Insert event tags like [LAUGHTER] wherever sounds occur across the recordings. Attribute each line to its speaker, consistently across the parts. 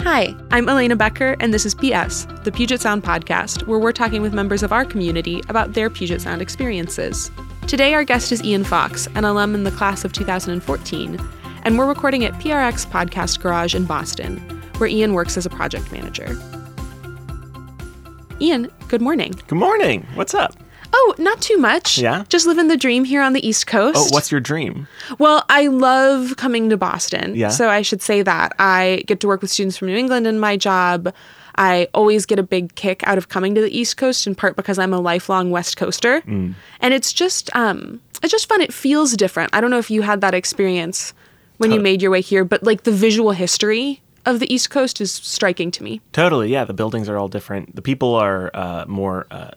Speaker 1: Hi, I'm Elena Becker, and this is PS, the Puget Sound podcast, where we're talking with members of our community about their Puget Sound experiences. Today, our guest is Ian Fox, an alum in the class of 2014, and we're recording at PRX Podcast Garage in Boston, where Ian works as a project manager. Ian, good morning.
Speaker 2: Good morning. What's up?
Speaker 1: Oh, not too much.
Speaker 2: Yeah?
Speaker 1: Just living the dream here on the East Coast.
Speaker 2: Oh, what's your dream?
Speaker 1: Well, I love coming to Boston.
Speaker 2: Yeah.
Speaker 1: So I should say that. I get to work with students from New England in my job. I always get a big kick out of coming to the East Coast, in part because I'm a lifelong West Coaster.
Speaker 2: Mm.
Speaker 1: And it's just um it's just fun. It feels different. I don't know if you had that experience when you made your way here, but like the visual history of the East Coast is striking to me.
Speaker 2: Totally. Yeah, the buildings are all different. The people are uh, more uh,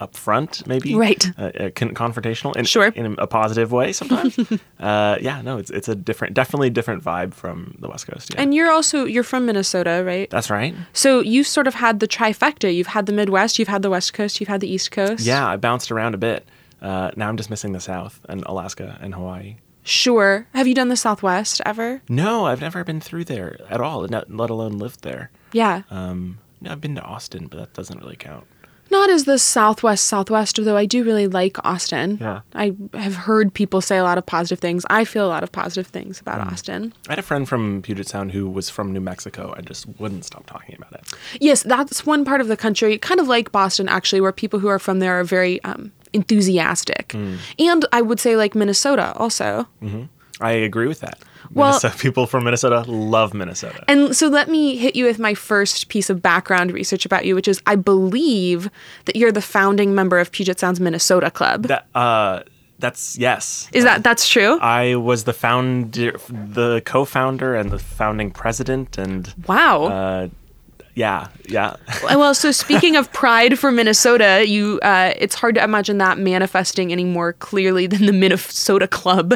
Speaker 2: upfront, maybe.
Speaker 1: Right.
Speaker 2: Uh, uh, con- confrontational. In,
Speaker 1: Sure.
Speaker 2: In a positive way [LAUGHS] sometimes. uh, yeah. No, it's it's a different, definitely different vibe from the West Coast. Yeah.
Speaker 1: And you're also you're from Minnesota, right?
Speaker 2: That's right.
Speaker 1: So you sort of had the trifecta. You've had the Midwest, you've had the West Coast, you've had the East Coast.
Speaker 2: Yeah, I bounced around a bit. Uh, now I'm just missing the South and Alaska and Hawaii.
Speaker 1: Sure. Have you done the Southwest ever?
Speaker 2: No, I've never been through there at all, not, let alone lived there.
Speaker 1: Yeah.
Speaker 2: Um, no, I've been to Austin, but that doesn't really count.
Speaker 1: Not as the Southwest Southwest, although I do really like Austin.
Speaker 2: Yeah.
Speaker 1: I have heard people say a lot of positive things. I feel a lot of positive things about
Speaker 2: Mm.
Speaker 1: Austin.
Speaker 2: I had a friend from Puget Sound who was from New Mexico and just wouldn't stop talking about it.
Speaker 1: Yes, that's one part of the country, kind of like Boston, actually, where people who are from there are very um, enthusiastic.
Speaker 2: Mm.
Speaker 1: And I would say, like Minnesota also.
Speaker 2: I agree with that.
Speaker 1: Well-
Speaker 2: Minnesota, [LAUGHS] people from Minnesota love Minnesota.
Speaker 1: And so let me hit you with my first piece of background research about you, which is I believe that you're the founding member of Puget Sound's Minnesota Club.
Speaker 2: that uh, that's yes.
Speaker 1: is that that's true?
Speaker 2: I was the founder, the co-founder, and the founding president, and
Speaker 1: wow.
Speaker 2: uh, yeah, yeah. [LAUGHS]
Speaker 1: Uh, well, so speaking of pride for Minnesota, you uh, it's hard to imagine that manifesting any more clearly than the Minnesota Club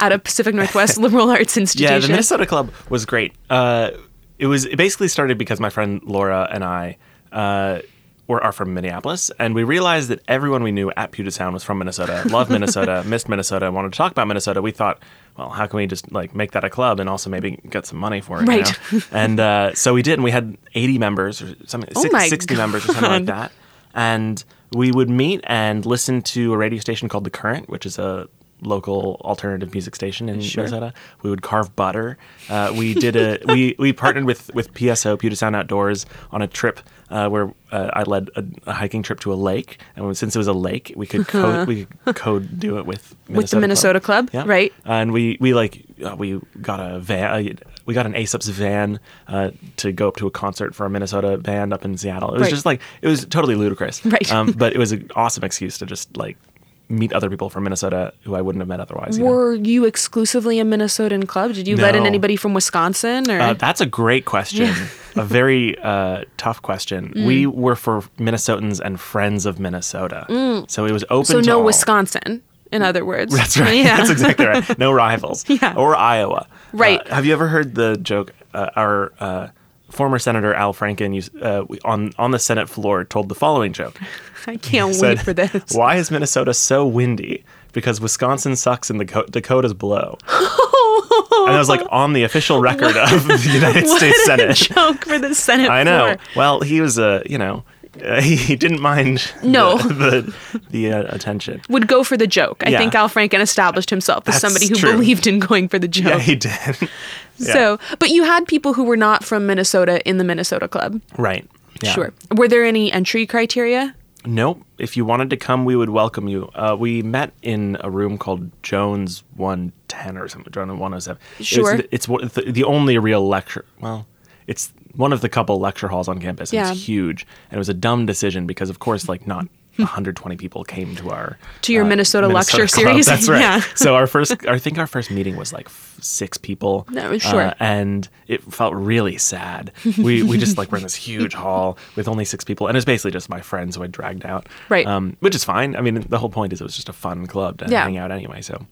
Speaker 1: at a Pacific
Speaker 2: [LAUGHS]
Speaker 1: Northwest liberal arts institution.
Speaker 2: Yeah, the Minnesota Club was great. Uh, it was it basically started because my friend Laura and I uh, were are from Minneapolis, and we realized that everyone we knew at Puget Sound was from Minnesota, loved
Speaker 1: [LAUGHS]
Speaker 2: Minnesota, missed Minnesota, and wanted to talk about Minnesota. We thought, well, how can we just like make that a club and also maybe get some money for it? you
Speaker 1: Right.
Speaker 2: know? and uh, so we did, and we had 80 members or
Speaker 1: [LAUGHS]
Speaker 2: something, six-
Speaker 1: Oh my
Speaker 2: 60 members or
Speaker 1: [LAUGHS]
Speaker 2: something like that, and we would meet and listen to a radio station called The Current, which is a local alternative music station in Minnesota. We would carve butter. Uh, we did a [LAUGHS] we we partnered with with PSO Puget Sound Outdoors on a trip uh, where uh, I led a, a hiking trip to a lake, and since it was a lake, we
Speaker 1: [LAUGHS]
Speaker 2: could code we could code do it with Minnesota
Speaker 1: With the Minnesota Club, right.
Speaker 2: And we we like uh, we got a van. Uh, we got an Aesop's van uh, to go up to a concert for a Minnesota band up in Seattle. It was
Speaker 1: Right.
Speaker 2: just like it was totally ludicrous,
Speaker 1: [LAUGHS] Right.
Speaker 2: Um, but it was an awesome excuse to just like meet other people from Minnesota who I wouldn't have met otherwise. you know?
Speaker 1: Were you exclusively a Minnesotan club? Did you let in
Speaker 2: No.
Speaker 1: anybody from Wisconsin or
Speaker 2: Uh, that's a great question. a very uh, tough question.
Speaker 1: Mm.
Speaker 2: We were for Minnesotans and friends of Minnesota, so it was open.
Speaker 1: Mm. so
Speaker 2: to
Speaker 1: no
Speaker 2: all.
Speaker 1: Wisconsin? In other words,
Speaker 2: [LAUGHS] That's right.
Speaker 1: Yeah.
Speaker 2: That's exactly right. No rivals.
Speaker 1: Yeah.
Speaker 2: Or Iowa.
Speaker 1: Right.
Speaker 2: Uh, have you ever heard the joke? Uh, our uh, former Senator Al Franken used, uh, on on the Senate floor told the following joke.
Speaker 1: [LAUGHS] I can't [LAUGHS]
Speaker 2: Said,
Speaker 1: wait for
Speaker 2: [LAUGHS]
Speaker 1: this.
Speaker 2: Why is Minnesota so windy? Because Wisconsin sucks and the Co- Dakotas blow.
Speaker 1: [LAUGHS]
Speaker 2: and I was like on the official record of the United
Speaker 1: what
Speaker 2: States
Speaker 1: a [LAUGHS]
Speaker 2: Senate.
Speaker 1: joke for the Senate.
Speaker 2: I know.
Speaker 1: floor.
Speaker 2: Well, he was a you know. Uh, he, he didn't mind
Speaker 1: No.
Speaker 2: [LAUGHS] the the, the uh,
Speaker 1: [LAUGHS]
Speaker 2: attention.
Speaker 1: Would go for the joke. I
Speaker 2: Yeah.
Speaker 1: think Al Franken established himself as
Speaker 2: That's
Speaker 1: somebody who
Speaker 2: true.
Speaker 1: believed in going for the joke.
Speaker 2: Yeah, he did. [LAUGHS] Yeah.
Speaker 1: So, but you had people who were not from Minnesota in the Minnesota Club.
Speaker 2: Right. Yeah.
Speaker 1: Sure. Were there any entry criteria?
Speaker 2: Nope. If you wanted to come, we would welcome you. Uh, we met in a room called Jones 110 or something, Jones 107.
Speaker 1: Sure.
Speaker 2: It's, it's one- the, the only real lecture. Well, it's one of the couple lecture halls on campus. and It's
Speaker 1: Yeah.
Speaker 2: huge. And it was a dumb decision because, of course, like
Speaker 1: [LAUGHS]
Speaker 2: not 120 people came to our uh,
Speaker 1: To your Minnesota lecture
Speaker 2: club.
Speaker 1: series? [LAUGHS]
Speaker 2: That's right.
Speaker 1: Yeah.
Speaker 2: So our first, I think our first meeting was like f- six people. Uh,
Speaker 1: No, sure.
Speaker 2: and it felt really sad. We we just like were
Speaker 1: [LAUGHS]
Speaker 2: in this huge hall with only six people, and it's basically just my friends who I dragged out.
Speaker 1: Right.
Speaker 2: Um, which is fine. I mean, the whole point is it was just a fun club to
Speaker 1: Yeah.
Speaker 2: hang out anyway. So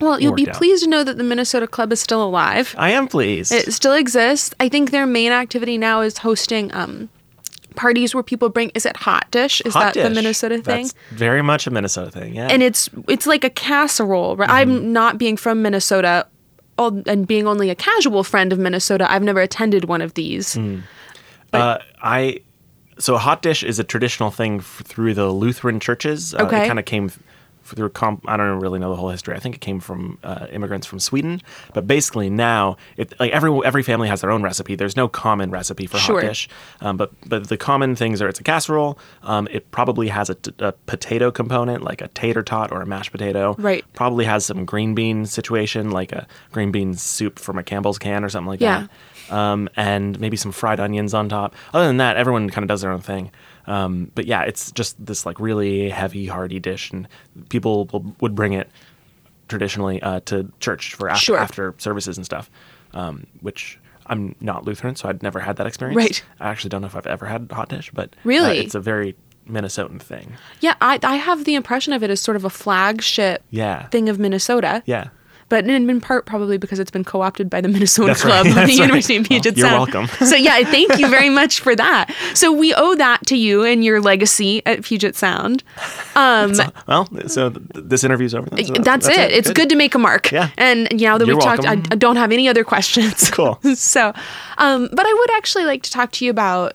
Speaker 1: Well, you'll be
Speaker 2: worked out.
Speaker 1: pleased to know that the Minnesota Club is still alive.
Speaker 2: I am pleased.
Speaker 1: It still exists. I think their main activity now is hosting um, parties where people bring. Is it hot dish? Is
Speaker 2: Hot
Speaker 1: that the
Speaker 2: dish.
Speaker 1: Minnesota thing?
Speaker 2: That's very much a Minnesota thing. Yeah.
Speaker 1: and it's it's like a casserole. Right?
Speaker 2: Mm-hmm.
Speaker 1: I'm not being from
Speaker 2: Mm.
Speaker 1: Minnesota, al- and being only a casual friend of Minnesota, I've never attended one of these.
Speaker 2: Uh, I so a hot dish is a traditional thing f- through the Lutheran churches. Uh,
Speaker 1: Okay.
Speaker 2: It kind of came f- through. Comp- I don't really know the whole history. I think it came from uh, immigrants from Sweden. But basically now, it, like every every family has their own recipe. There's no common recipe for
Speaker 1: Sure.
Speaker 2: hot dish. Um, but but the common things are it's a casserole. Um, it probably has a, t- a potato component like a tater tot or a mashed potato.
Speaker 1: Right.
Speaker 2: Probably has some green bean situation like a green bean soup from a Campbell's can or something like
Speaker 1: Yeah.
Speaker 2: that um, and maybe some fried onions on top. Other than that, everyone kind of does their own thing. Um, but yeah, it's just this like really heavy, hearty dish, and people will, would bring it traditionally uh, to church for after,
Speaker 1: Sure.
Speaker 2: after services and stuff. Um, which I'm not Lutheran, so I'd never had that experience.
Speaker 1: Right.
Speaker 2: I actually don't know if I've ever had hot dish, but uh,
Speaker 1: Really?
Speaker 2: it's a very Minnesotan thing.
Speaker 1: Yeah, I, I have the impression of it as sort of a flagship
Speaker 2: Yeah.
Speaker 1: thing of Minnesota.
Speaker 2: Yeah.
Speaker 1: But in, in part, probably because it's been co opted by the [LAUGHS] Minnesota
Speaker 2: That's right.
Speaker 1: Club of the
Speaker 2: [LAUGHS] That's right.
Speaker 1: University of
Speaker 2: Well,
Speaker 1: Puget
Speaker 2: you're
Speaker 1: Sound.
Speaker 2: welcome.
Speaker 1: so, yeah, thank you
Speaker 2: [LAUGHS]
Speaker 1: very much for that. So, we owe that to you and your legacy at Puget Sound. Um, that's,
Speaker 2: Well, so th- th- this interview's over. then, so
Speaker 1: it. It's good. to make a mark.
Speaker 2: Yeah.
Speaker 1: And now that
Speaker 2: You're
Speaker 1: we've talked, I,
Speaker 2: welcome.
Speaker 1: I don't have any other questions.
Speaker 2: Cool.
Speaker 1: [LAUGHS] so, um, but I would actually like to talk to you about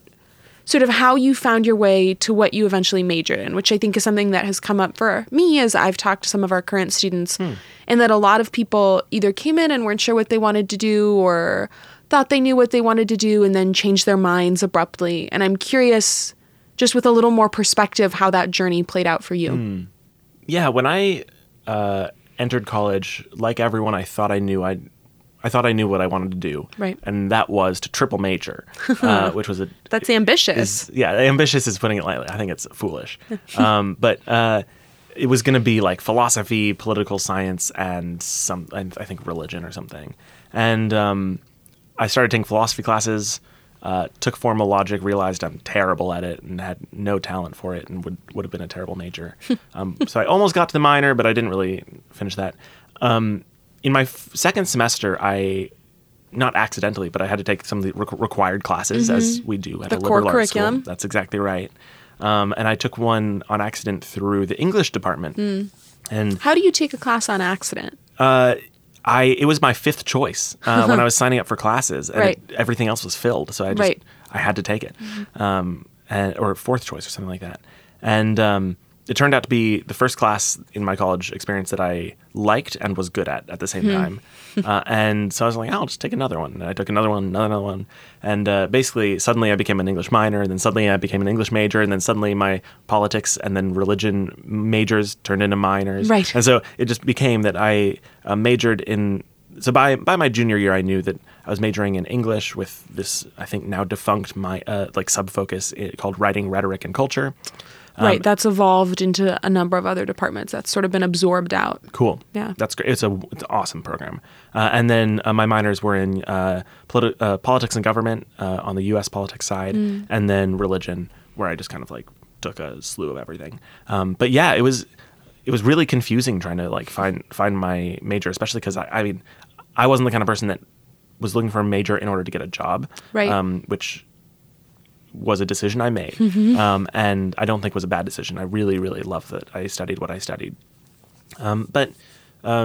Speaker 1: sort of how you found your way to what you eventually majored in, which I think is something that has come up for me as I've talked to some of our current students, and that a lot of people either came in and weren't sure what they wanted to do or thought they knew what they wanted to do and then changed their minds abruptly. And I'm curious, just with a little more perspective, how that journey played out for you.
Speaker 2: yeah, when I uh, entered college, like everyone, I thought I knew I, I thought I knew what I wanted to do,
Speaker 1: Right.
Speaker 2: And that was to
Speaker 1: [LAUGHS]
Speaker 2: triple major, uh, which was a
Speaker 1: That's ambitious.
Speaker 2: is- yeah, ambitious is putting it lightly. I think it's foolish. um, but uh, it was going to be like philosophy, political science, and some, and I think religion or something. And um, I started taking philosophy classes. Uh, took formal logic, realized I'm terrible at it, and had no talent for it, and would would have been a terrible major. um, so I almost got to the minor, but I didn't really finish that. Um, in my f- second semester, I not accidentally, but I had to take some of the requ- required classes as we do
Speaker 1: Mm-hmm.
Speaker 2: at
Speaker 1: The
Speaker 2: a
Speaker 1: core
Speaker 2: liberal arts school.
Speaker 1: curriculum.
Speaker 2: That's exactly right. Um, and I took one on accident through the English department, and
Speaker 1: how do you take a class on accident?
Speaker 2: uh, I it was my fifth choice
Speaker 1: [LAUGHS]
Speaker 2: uh, when I was signing up for classes, and
Speaker 1: Right.
Speaker 2: it- everything else was filled, so I just
Speaker 1: Right. Mm-hmm.
Speaker 2: I had to take it, um, and or fourth choice or something like that, and um, it turned out to be the first class in my college experience that I liked and was good at at the
Speaker 1: Hmm.
Speaker 2: same time,
Speaker 1: [LAUGHS]
Speaker 2: uh, and so I was like, I'll just take another one, and I took another one, another, another one, and uh, basically suddenly I became an English minor, and then suddenly I became an English major, and then suddenly my politics and then religion majors turned into minors,
Speaker 1: Right.
Speaker 2: [LAUGHS] And so so it just became that I uh, majored in. So by by my junior year, I knew that I was majoring in English with this I think now defunct my uh, like sub focus called writing, rhetoric, and culture.
Speaker 1: right, that's evolved into a number of other departments. That's sort of been absorbed out.
Speaker 2: Cool.
Speaker 1: Yeah.
Speaker 2: that's great. It's a it's an awesome program. Uh, and then uh, my minors were in uh, politi- uh, politics and government uh, on the U.S. politics side, and then religion, where I just kind of like took a slew of everything. Um, but yeah, it was it was really confusing trying to like find find my major, especially because I, I mean I wasn't the kind of person that was looking for a major in order to get a job,
Speaker 1: Right.
Speaker 2: Um, which was a decision I made, um, and I don't think was a bad decision. I really, really love that I studied what I studied but um,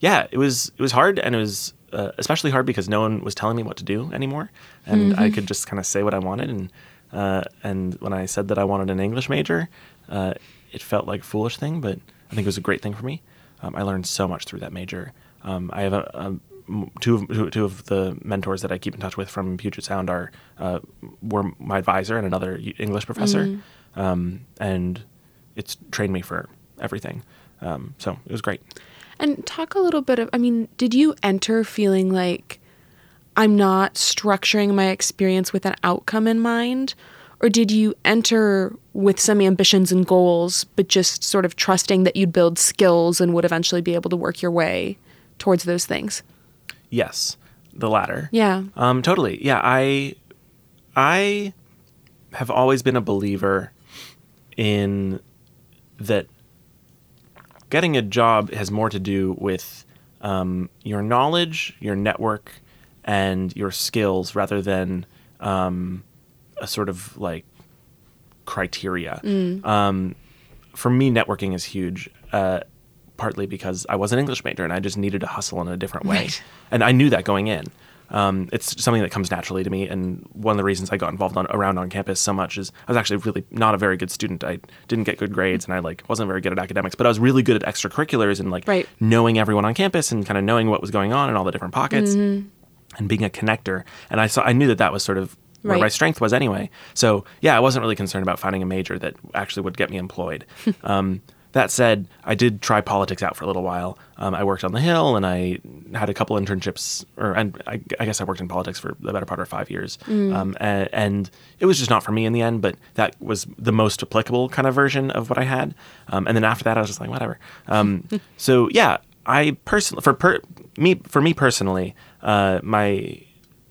Speaker 2: yeah, it was it was hard, and it was uh, especially hard because no one was telling me what to do anymore, and I could just kind of say what I wanted. And uh, and when I said that I wanted an English major, uh, it felt like a foolish thing, but I think it was a great thing for me. Um, I learned so much through that major. Um, I have a, a m- two of two, two of the mentors that I keep in touch with from Puget Sound are uh, were my advisor and another English professor, um, and it's trained me for everything. Um, so it was great.
Speaker 1: And talk a little bit of, I mean, did you enter feeling like I'm not structuring my experience with an outcome in mind? Or did you enter with some ambitions and goals, but just sort of trusting that you'd build skills and would eventually be able to work your way towards those things?
Speaker 2: Yes, the latter.
Speaker 1: Yeah.
Speaker 2: Um, totally. Yeah, I, I have always been a believer in that getting a job has more to do with um, your knowledge, your network, and your skills rather than um, a sort of like criteria.
Speaker 1: Mm.
Speaker 2: Um, for me, networking is huge. Uh, partly because I was an English major and I just needed to hustle in a different way,
Speaker 1: Right.
Speaker 2: and I knew that going in. Um, it's something that comes naturally to me, and one of the reasons I got involved on, around on campus so much is I was actually really not a very good student. I didn't get good grades, and I like wasn't very good at academics, but I was really good at extracurriculars and like
Speaker 1: Right.
Speaker 2: knowing everyone on campus and kind of knowing what was going on in all the different pockets
Speaker 1: Mm-hmm.
Speaker 2: and being a connector. And I saw I knew that that was sort of where
Speaker 1: Right.
Speaker 2: my strength was anyway. So yeah, I wasn't really concerned about finding a major that actually would get me employed. um, that said, I did try politics out for a little while. Um, I worked on the Hill, and I had a couple internships, or and I, I guess I worked in politics for the better part of five years. Um, a- and, it was just not for me in the end. But that was the most applicable kind of version of what I had. Um, and then after that, I was just like, whatever. Um, so yeah, I personally, for per- me, for me personally, uh, my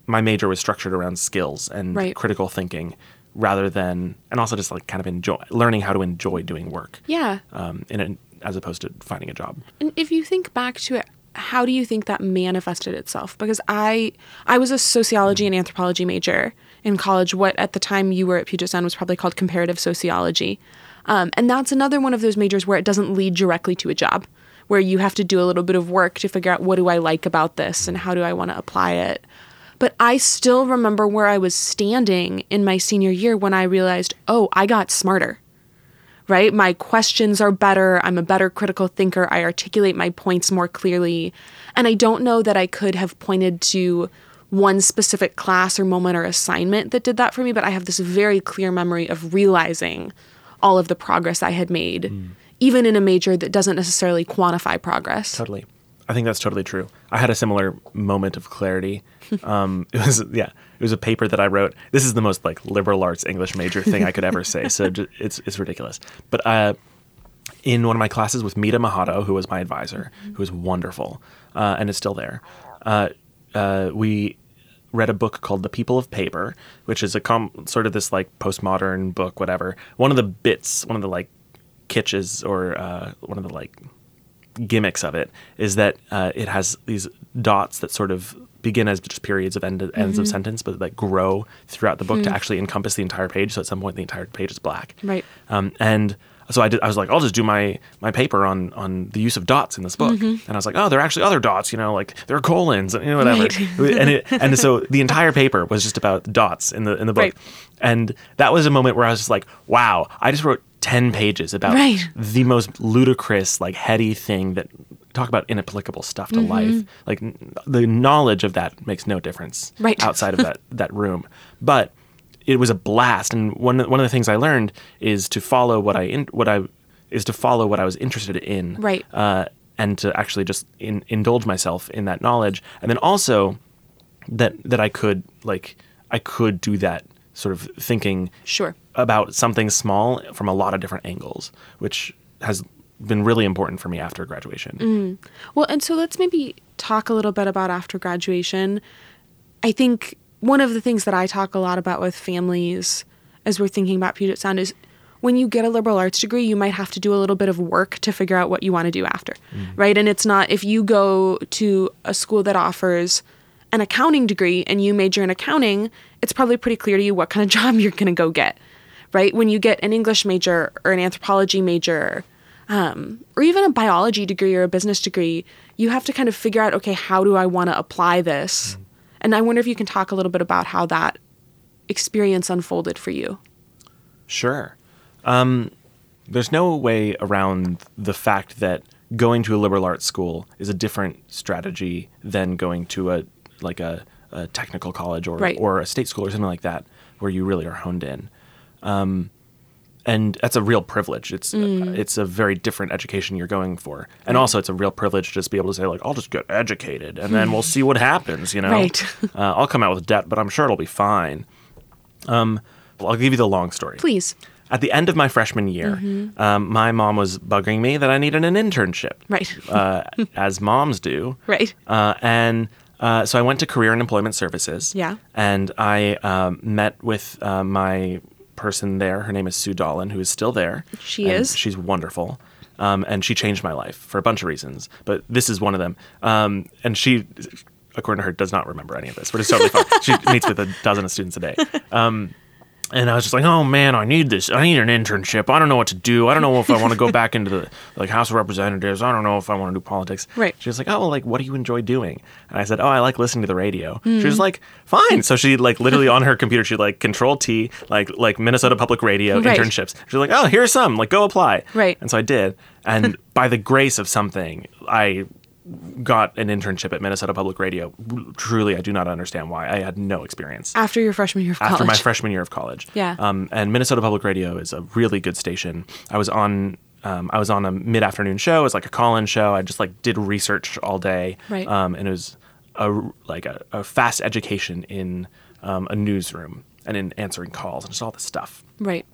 Speaker 2: my major was structured around skills and
Speaker 1: Right.
Speaker 2: critical thinking rather than and also just like kind of enjoy learning how to enjoy doing work
Speaker 1: Yeah.
Speaker 2: um, in a, as opposed to finding a job
Speaker 1: And if you think back to it, how do you think that manifested itself? Because I I was a sociology and anthropology major in college. What at the time you were at Puget Sound was probably called comparative sociology, um, and that's another one of those majors where it doesn't lead directly to a job, where you have to do a little bit of work to figure out what do I like about this and how do I want to apply it. But I still remember where I was standing in my senior year when I realized, oh, I got smarter right? My questions are better. I'm a better critical thinker. I articulate my points more clearly. And I don't know that I could have pointed to one specific class or moment or assignment that did that for me, but I have this very clear memory of realizing all of the progress I had made, even in a major that doesn't necessarily quantify progress.
Speaker 2: Totally. I think that's totally true. I had a similar moment of clarity. Um, it was yeah, it was a paper that I wrote. This is the most like liberal arts English major thing I could ever say. So ju- it's it's ridiculous. But uh, in one of my classes with Mita Mahato, who was my advisor, who was wonderful uh, and is still there, uh, uh, we read a book called The People of Paper, which is a com- sort of this like postmodern book, whatever. One of the bits, one of the like kitches or uh, one of the like gimmicks of it is that uh, it has these dots that sort of begin as just periods of end, ends
Speaker 1: Mm-hmm.
Speaker 2: of sentence, but that grow throughout the book to actually encompass the entire page. So at some point, the entire page is black.
Speaker 1: Mm. Right.
Speaker 2: Um, and so I did. I was like, I'll just do my my paper on on the use of dots in this book.
Speaker 1: Mm-hmm.
Speaker 2: And I was like, oh, there are actually other dots. You know, like there are colons and you know whatever. [LAUGHS] and it, and so the entire paper was just about dots in the in the book.
Speaker 1: Right.
Speaker 2: And that was a moment where I was just like, wow, I just wrote ten pages about
Speaker 1: Right.
Speaker 2: the most ludicrous, like heady thing that talk about inapplicable stuff to
Speaker 1: Mm-hmm.
Speaker 2: life. Like n- the knowledge of that makes no difference
Speaker 1: Right.
Speaker 2: outside of
Speaker 1: [LAUGHS]
Speaker 2: that that room. But it was a blast, and one one of the things I learned is to follow what I in, what I is to follow what I was interested in,
Speaker 1: Right.
Speaker 2: Uh, and to actually just in, indulge myself in that knowledge, and then also that that I could like I could do that sort of thinking
Speaker 1: Sure.
Speaker 2: about something small from a lot of different angles, which has been really important for me after graduation.
Speaker 1: Well, and so let's maybe talk a little bit about after graduation. I think one of the things that I talk a lot about with families as we're thinking about Puget Sound is when you get a liberal arts degree, you might have to do a little bit of work to figure out what you want to do after, right? And it's not if you go to a school that offers an accounting degree and you major in accounting, it's probably pretty clear to you what kind of [LAUGHS] job you're going to go get, right? When you get an English major or an anthropology major, um, or even a biology degree or a business degree, you have to kind of figure out, okay, how do I want to apply this?
Speaker 2: Mm-hmm.
Speaker 1: And I wonder if you can talk a little bit about how that experience unfolded for you.
Speaker 2: Sure. Um, there's no way around the fact that going to a liberal arts school is a different strategy than going to a like a, a technical college or
Speaker 1: Right.
Speaker 2: or a state school or something like that, where you really are honed in. Um, and that's a real privilege. It's
Speaker 1: Mm.
Speaker 2: uh, it's a very different education you're going for, and also it's a real privilege to just be able to say like, I'll just get educated, and
Speaker 1: [LAUGHS]
Speaker 2: then we'll see what happens. You know,
Speaker 1: Right.
Speaker 2: uh, I'll come out with debt, but I'm sure it'll be fine. Um, I'll give you the long story.
Speaker 1: Please.
Speaker 2: At the end of my freshman year,
Speaker 1: Mm-hmm.
Speaker 2: um, my mom was bugging me that I needed an internship.
Speaker 1: Right.
Speaker 2: Uh, [LAUGHS] as moms do.
Speaker 1: Right.
Speaker 2: Uh, and uh, so I went to Career and Employment Services.
Speaker 1: Yeah.
Speaker 2: And I um, met with uh, my person there. Her name is Sue Dolan, who is still there.
Speaker 1: She
Speaker 2: And
Speaker 1: is.
Speaker 2: She's wonderful. Um, and she changed my life for a bunch of reasons, but this is one of them. Um, and she,
Speaker 1: [LAUGHS]
Speaker 2: according to her, does not remember any of this, which is totally fine. She meets with a dozen of students a day and I was just like, oh man, I need this. I need an internship. I don't know what to do. I don't know if I want
Speaker 1: [LAUGHS]
Speaker 2: to go back into the like House of Representatives. I don't know if I want to do politics.
Speaker 1: Right.
Speaker 2: She was like, oh, well, like what do you enjoy doing? And I said, oh, I like listening to the radio. She
Speaker 1: Hmm.
Speaker 2: was like, fine. So she like literally on her computer, she like Control T, like like Minnesota Public Radio
Speaker 1: Right.
Speaker 2: internships. She was like, oh, here's some. Like go apply.
Speaker 1: Right.
Speaker 2: And so I did.
Speaker 1: [LAUGHS]
Speaker 2: And by the grace of something, I got an internship at Minnesota Public Radio. Truly, I do not understand why. I had no experience
Speaker 1: After your freshman year of college.
Speaker 2: after my freshman year of college.
Speaker 1: Yeah.
Speaker 2: Um, and Minnesota Public Radio is a really good station. I was on. Um, I was on a mid-afternoon show. It was like a call-in show. I just like did research all day.
Speaker 1: Right.
Speaker 2: Um, and it was a r- like a, a fast education in um, a newsroom and in answering calls and just all this stuff.
Speaker 1: right.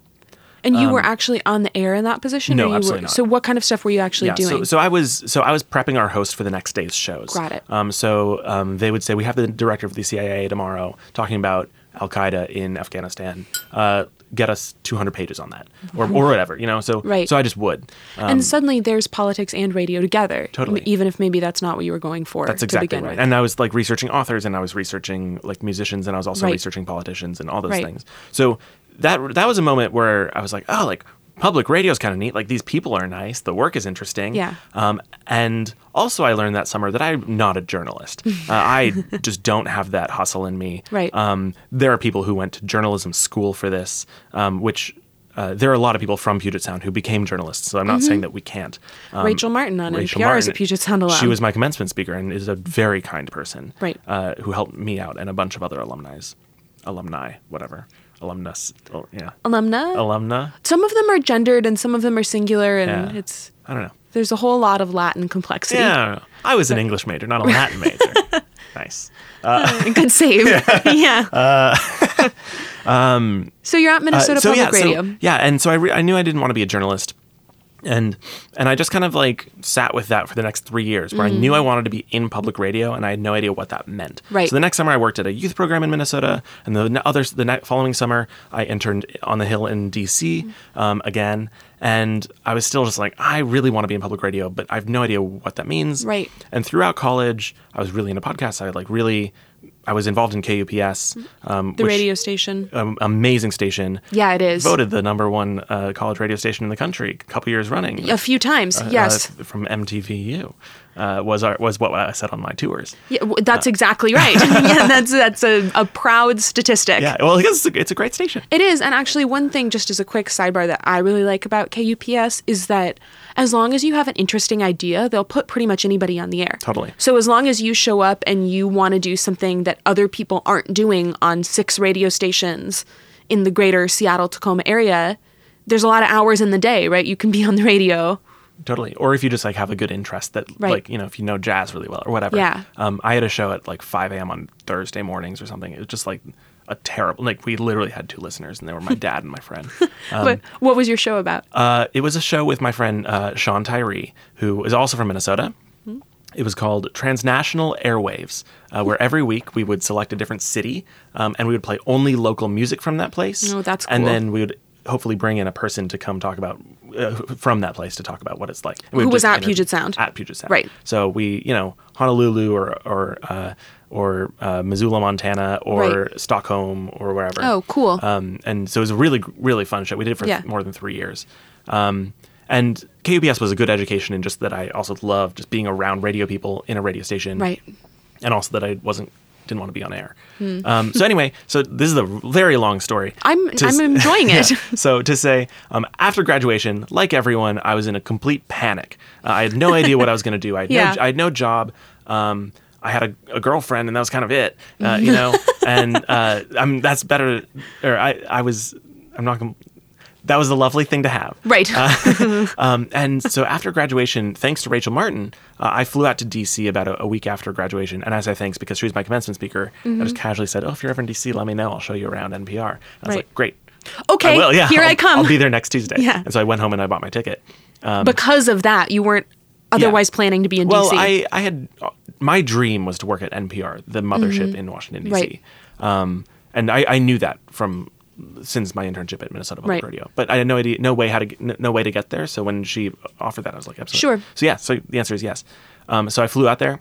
Speaker 1: And you were actually on the air in that position?
Speaker 2: um, no,
Speaker 1: or you
Speaker 2: absolutely
Speaker 1: were,
Speaker 2: not.
Speaker 1: So what kind of stuff were you actually doing?
Speaker 2: So, so I was so I was prepping our host for the next day's shows.
Speaker 1: Got it.
Speaker 2: Um, so um, they would say we have the director of the CIA tomorrow talking about Al Qaeda in Afghanistan. Uh, get us 200 pages on that, or, or whatever, you know. So
Speaker 1: Right.
Speaker 2: so I just would. Um,
Speaker 1: and suddenly there's politics and radio together.
Speaker 2: Totally.
Speaker 1: Even if maybe that's not what you were going for
Speaker 2: that's exactly
Speaker 1: to begin
Speaker 2: right.
Speaker 1: with.
Speaker 2: And I was like researching authors, and I was researching like musicians, and I was also
Speaker 1: Right.
Speaker 2: researching politicians and all those
Speaker 1: Right.
Speaker 2: things. So that that was a moment where I was like, oh, like public radio is kind of neat. Like these people are nice. The work is interesting.
Speaker 1: Yeah.
Speaker 2: Um, and also, I learned that summer that I'm not a
Speaker 1: [LAUGHS]
Speaker 2: journalist. Uh, I just don't have that hustle in me.
Speaker 1: Right.
Speaker 2: Um, there are people who went to journalism school for this, um, which. Uh, there are a lot of people from Puget Sound who became journalists, so I'm not saying that we can't. Um,
Speaker 1: Mm-hmm. Rachel Martin on NPR is a Puget Sound alum.
Speaker 2: She was my commencement speaker and is a very kind person.
Speaker 1: Right.
Speaker 2: Uh, who helped me out and a bunch of other alumni, alumni, whatever, alumnus. Oh, yeah.
Speaker 1: Alumna?
Speaker 2: Alumna.
Speaker 1: some of them are gendered and some of them are singular and
Speaker 2: Yeah.
Speaker 1: it's
Speaker 2: I don't know.
Speaker 1: there's a whole lot of Latin complexity.
Speaker 2: Yeah. I, don't know. I was an English major, not a Latin major. nice.
Speaker 1: Good save. [LAUGHS] yeah.
Speaker 2: [LAUGHS]
Speaker 1: so you're at Minnesota
Speaker 2: Uh, um, so
Speaker 1: Public
Speaker 2: yeah, so-
Speaker 1: Radio.
Speaker 2: yeah, and so I, re- I knew I didn't want to be a journalist, and and I just kind of like sat with that for the next three years, where I knew I wanted to be in public radio, and I had no idea what that meant.
Speaker 1: Mm. Right.
Speaker 2: So the next summer, I worked at a youth program in Minnesota, and the n- other the ne- following summer, I interned on the Hill in D.C.
Speaker 1: Mm-hmm.
Speaker 2: Um, again, and I was still just like, I really want to be in public radio, but I have no idea what that means.
Speaker 1: Right.
Speaker 2: And throughout college, I was really into podcasts. I like really. I was involved in KUPS, um,
Speaker 1: Mm. the
Speaker 2: which-
Speaker 1: radio station.
Speaker 2: um, amazing station.
Speaker 1: Yeah, it is.
Speaker 2: Voted the number one uh, college radio station in the country a couple years running.
Speaker 1: A few times.
Speaker 2: Uh,
Speaker 1: yes.
Speaker 2: from MTVU uh, was our, was what I said on my tours.
Speaker 1: yeah, w-
Speaker 2: uh,
Speaker 1: that's exactly
Speaker 2: [LAUGHS]
Speaker 1: right. [LAUGHS] yeah, that's that's a, a proud statistic.
Speaker 2: Yeah, well, it's a, it's a great station.
Speaker 1: It is, and actually, one thing just as a quick sidebar that I really like about KUPS is that as long as you have an interesting idea, they'll put pretty much anybody on the air.
Speaker 2: Totally.
Speaker 1: So as long as you show up and you want to do something that other people aren't doing on six radio stations in the greater Seattle Tacoma area, there's a lot of hours in the day, right? You can be on the radio.
Speaker 2: Totally. Or if you just like have a good interest that
Speaker 1: Right.
Speaker 2: like, you know, if you know jazz really well or whatever.
Speaker 1: Yeah.
Speaker 2: Um, I had a show at like 5 a.m. on Thursday mornings or something. It was just like a terrible, like we literally had two listeners and they were
Speaker 1: [LAUGHS]
Speaker 2: my dad and my friend.
Speaker 1: but what was your show about?
Speaker 2: Um, Uh, it was a show with my friend uh, Sean Tyree, who is also from Minnesota.
Speaker 1: Mm-hmm.
Speaker 2: It was called Transnational Airwaves, uh, where every week we would select a different city um, and we would play only local music from that place.
Speaker 1: Oh, that's
Speaker 2: And
Speaker 1: cool.
Speaker 2: then we would hopefully bring in a person to come talk about uh, from that place to talk about what it's like. And we
Speaker 1: Who
Speaker 2: would
Speaker 1: was
Speaker 2: just
Speaker 1: at
Speaker 2: interview-
Speaker 1: Puget Sound?
Speaker 2: At Puget Sound.
Speaker 1: Right.
Speaker 2: So we, you know, Honolulu or or uh, or uh, Missoula, Montana, or
Speaker 1: Right.
Speaker 2: Stockholm, or wherever.
Speaker 1: Oh, cool.
Speaker 2: Um, and so it was a really, really fun show. We did it for
Speaker 1: Yeah.
Speaker 2: more than three years. Um, and KUBS was a good education in just that I also loved just being around radio people in a radio station.
Speaker 1: Right. Hmm.
Speaker 2: And also that I wasn't didn't want to be on air. Um, so anyway, so this is a very long story.
Speaker 1: I'm
Speaker 2: To s-
Speaker 1: I'm
Speaker 2: [LAUGHS]
Speaker 1: enjoying it. [LAUGHS]
Speaker 2: so to say, um, after graduation, like everyone, I was in a complete panic. Uh, I had no idea what I was going to do. I
Speaker 1: [LAUGHS]
Speaker 2: had,
Speaker 1: Yeah.
Speaker 2: no, I had no job. Um, I had a, a girlfriend, and that was kind of it,
Speaker 1: [LAUGHS]
Speaker 2: uh, you know. and uh, I'm that's better. Or I, I was. I'm not. Gonna, that was a lovely thing to have.
Speaker 1: Right.
Speaker 2: [LAUGHS] Um, and so after graduation, thanks to Rachel Martin, uh, I flew out to DC about a, a week after graduation. And I say thanks because she was my commencement speaker. I just casually said, "Oh, if you're ever in DC, let me know. I'll show you around NPR." And I was
Speaker 1: Mm-hmm. Right.
Speaker 2: like, "Great."
Speaker 1: okay.
Speaker 2: I will, yeah.
Speaker 1: Here
Speaker 2: I'll,
Speaker 1: i come.
Speaker 2: I'll be there next
Speaker 1: [LAUGHS]
Speaker 2: Tuesday.
Speaker 1: Yeah.
Speaker 2: And so I went home and I bought my ticket.
Speaker 1: because of that, you weren't otherwise planning to be in
Speaker 2: Well,
Speaker 1: DC.
Speaker 2: I, I had uh, my dream was to work at NPR, the mothership in Washington D.C.
Speaker 1: Mm-hmm. Right.
Speaker 2: Um, and I, I knew that from since my internship at Minnesota Public
Speaker 1: Right.
Speaker 2: Radio, but I had no idea, no way how to, get- no, no way to get there. So when she offered that, I was like, absolutely.
Speaker 1: Sure.
Speaker 2: So yeah, so the answer is yes. Um, so I flew out there.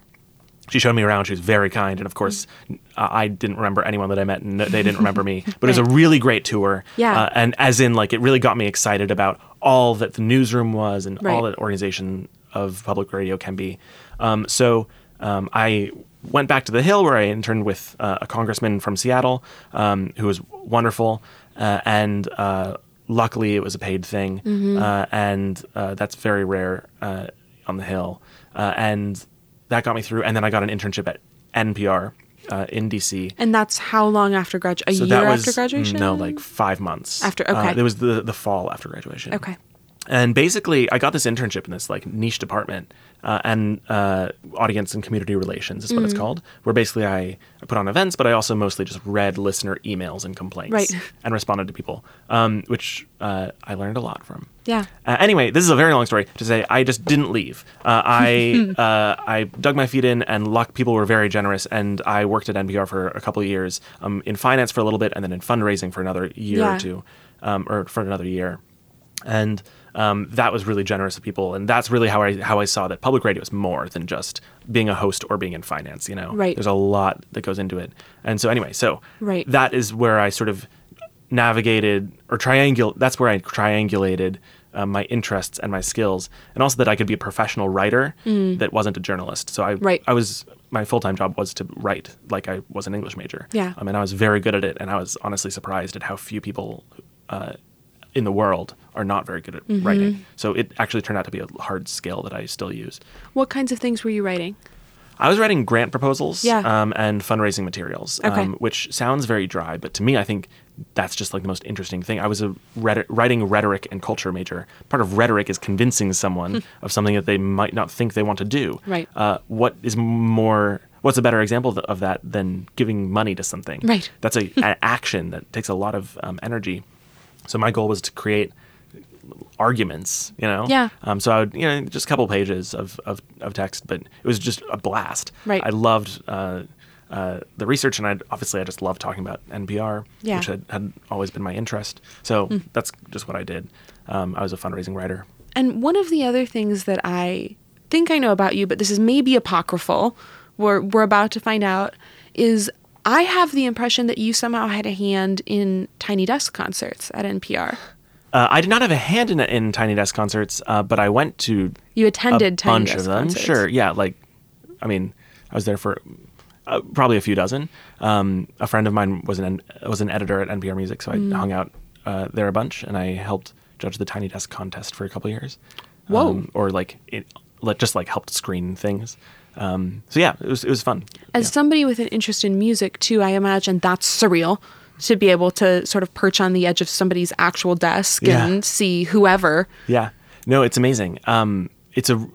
Speaker 2: she showed me around. She was very kind, and of course,
Speaker 1: Mm.
Speaker 2: uh, I didn't remember anyone that I met, and no- they didn't
Speaker 1: [LAUGHS]
Speaker 2: remember me. But it was a really great tour.
Speaker 1: Yeah.
Speaker 2: uh, and as in, like, it really got me excited about all that the newsroom was and all
Speaker 1: Right.
Speaker 2: that organization of public radio can be. Um, so um, I went back to the Hill where I interned with uh, a congressman from Seattle um, who was wonderful, uh, and uh, luckily it was a paid thing, uh, and uh, that's very rare uh, on the Hill, uh, and that got me through. And then I got an internship at NPR uh, in DC.
Speaker 1: And that's how long after graduation? A
Speaker 2: So
Speaker 1: year
Speaker 2: that was mm,
Speaker 1: after graduation?
Speaker 2: no, like five months
Speaker 1: After-
Speaker 2: Uh,
Speaker 1: okay.
Speaker 2: it was the the fall after graduation.
Speaker 1: Okay.
Speaker 2: And basically, I got this internship in this like niche department, uh, and uh, audience and community relations is what
Speaker 1: Mm.
Speaker 2: it's called. Where basically I, I put on events, but I also mostly just read listener emails and complaints
Speaker 1: Right.
Speaker 2: and responded to people, um, which uh, I learned a lot from.
Speaker 1: Yeah.
Speaker 2: Uh, anyway, this is a very long story to say. I just didn't leave. Uh,
Speaker 1: [LAUGHS]
Speaker 2: I uh, I dug my feet in, and luck people were very generous. And I worked at NPR for a couple of years, um, in finance for a little bit, and then in fundraising for another year
Speaker 1: Yeah.
Speaker 2: or two, um, or for another year. And um, that was really generous of people, and that's really how I how I saw that public radio is more than just being a host or being in finance. You know,
Speaker 1: Right.
Speaker 2: There's a lot that goes into it. And so anyway, so
Speaker 1: Right.
Speaker 2: that is where I sort of navigated or triangul that's where I triangulated uh, my interests and my skills and also that I could be a professional writer that wasn't a journalist so I
Speaker 1: Mm. Right.
Speaker 2: I was my full-time job was to write like I was an English major Um,
Speaker 1: Yeah.
Speaker 2: I mean I was very good at it and I was honestly surprised at how few people uh, in the world are not very good at
Speaker 1: Mm-hmm.
Speaker 2: writing so it actually turned out to be a hard skill that I still use
Speaker 1: What kinds of things were you writing?
Speaker 2: I was writing grant proposals
Speaker 1: Yeah.
Speaker 2: um, and fundraising materials,
Speaker 1: Okay.
Speaker 2: um, which sounds very dry, but to me, I think that's just like the most interesting thing. I was a rhetor- writing rhetoric and culture major. Part of rhetoric is convincing someone of something that they might not think they want to do.
Speaker 1: Hmm. Right.
Speaker 2: Uh, what is more? What's a better example th- of that than giving money to something?
Speaker 1: Right.
Speaker 2: That's
Speaker 1: [LAUGHS]
Speaker 2: a, an action that takes a lot of um, energy. So my goal was to create arguments, you know?
Speaker 1: Yeah.
Speaker 2: Um, so I would, you know, just a couple pages of, of, of text, but it was just a blast.
Speaker 1: Right.
Speaker 2: I loved uh, uh, the research, and I obviously I just loved talking about NPR,
Speaker 1: Yeah. Hmm.
Speaker 2: which had, had always been my interest. So that's just what I did. Um, I was a fundraising writer.
Speaker 1: And one of the other things that I think I know about you, but this is maybe apocryphal, we're, we're about to find out, is I have the impression that you somehow had a hand in Tiny Desk concerts at NPR.
Speaker 2: Uh, I did not have a hand in, in Tiny Desk concerts, uh, but I went to
Speaker 1: You attended
Speaker 2: a
Speaker 1: Tiny
Speaker 2: bunch
Speaker 1: Desk
Speaker 2: of them.
Speaker 1: concerts.
Speaker 2: Sure, yeah. Like, I mean, I was there for uh, probably a few dozen. Um, a friend of mine was an was an editor at NPR Music, so I
Speaker 1: Mm.
Speaker 2: hung out uh, there a bunch, and I helped judge the Tiny Desk contest for a couple years.
Speaker 1: Whoa.
Speaker 2: Um, or like it, like, just like helped screen things. Um, so yeah, it was it was fun.
Speaker 1: As somebody with an interest in music, too, I imagine that's surreal to be able to sort of perch on the edge of somebody's actual desk
Speaker 2: Yeah.
Speaker 1: and see whoever.
Speaker 2: Yeah. No, it's amazing. Um, it's a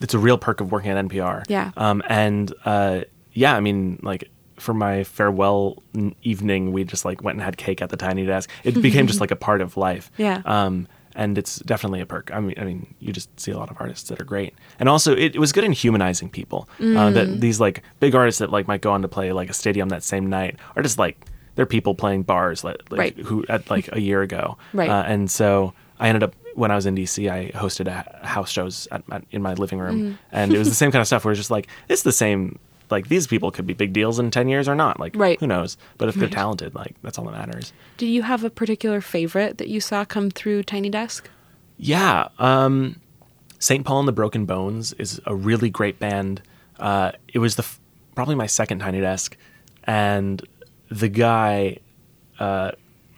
Speaker 2: it's a real perk of working at NPR.
Speaker 1: Yeah.
Speaker 2: Um, and uh, yeah, I mean, like for my farewell n- evening, we just like went and had cake at the tiny desk.
Speaker 1: [LAUGHS]
Speaker 2: It became just like a part of life.
Speaker 1: Yeah.
Speaker 2: Um, and it's definitely a perk. I mean, I mean, you just see a lot of artists that are great, and also it, it was good in humanizing people. Uh,
Speaker 1: Mm.
Speaker 2: that these like big artists that like might go on to play like a stadium that same night are just like they're people playing bars like, like
Speaker 1: Right.
Speaker 2: who at like a year ago.
Speaker 1: Right.
Speaker 2: Uh, and so I ended up when I was in DC, I hosted a h- house shows at, at, in my living room,
Speaker 1: Mm-hmm.
Speaker 2: and
Speaker 1: [LAUGHS]
Speaker 2: it was the same kind of stuff. Where it's just like it's the same. Like these people could be big deals in ten years or not. Like
Speaker 1: Right.
Speaker 2: who knows? But if they're talented, like that's all that matters.
Speaker 1: Do you have a particular favorite that you saw come through Tiny Desk?
Speaker 2: Yeah. Um, St. Paul and the Broken Bones is a really great band. Uh, it was the f- probably my second Tiny Desk, and the guy, uh,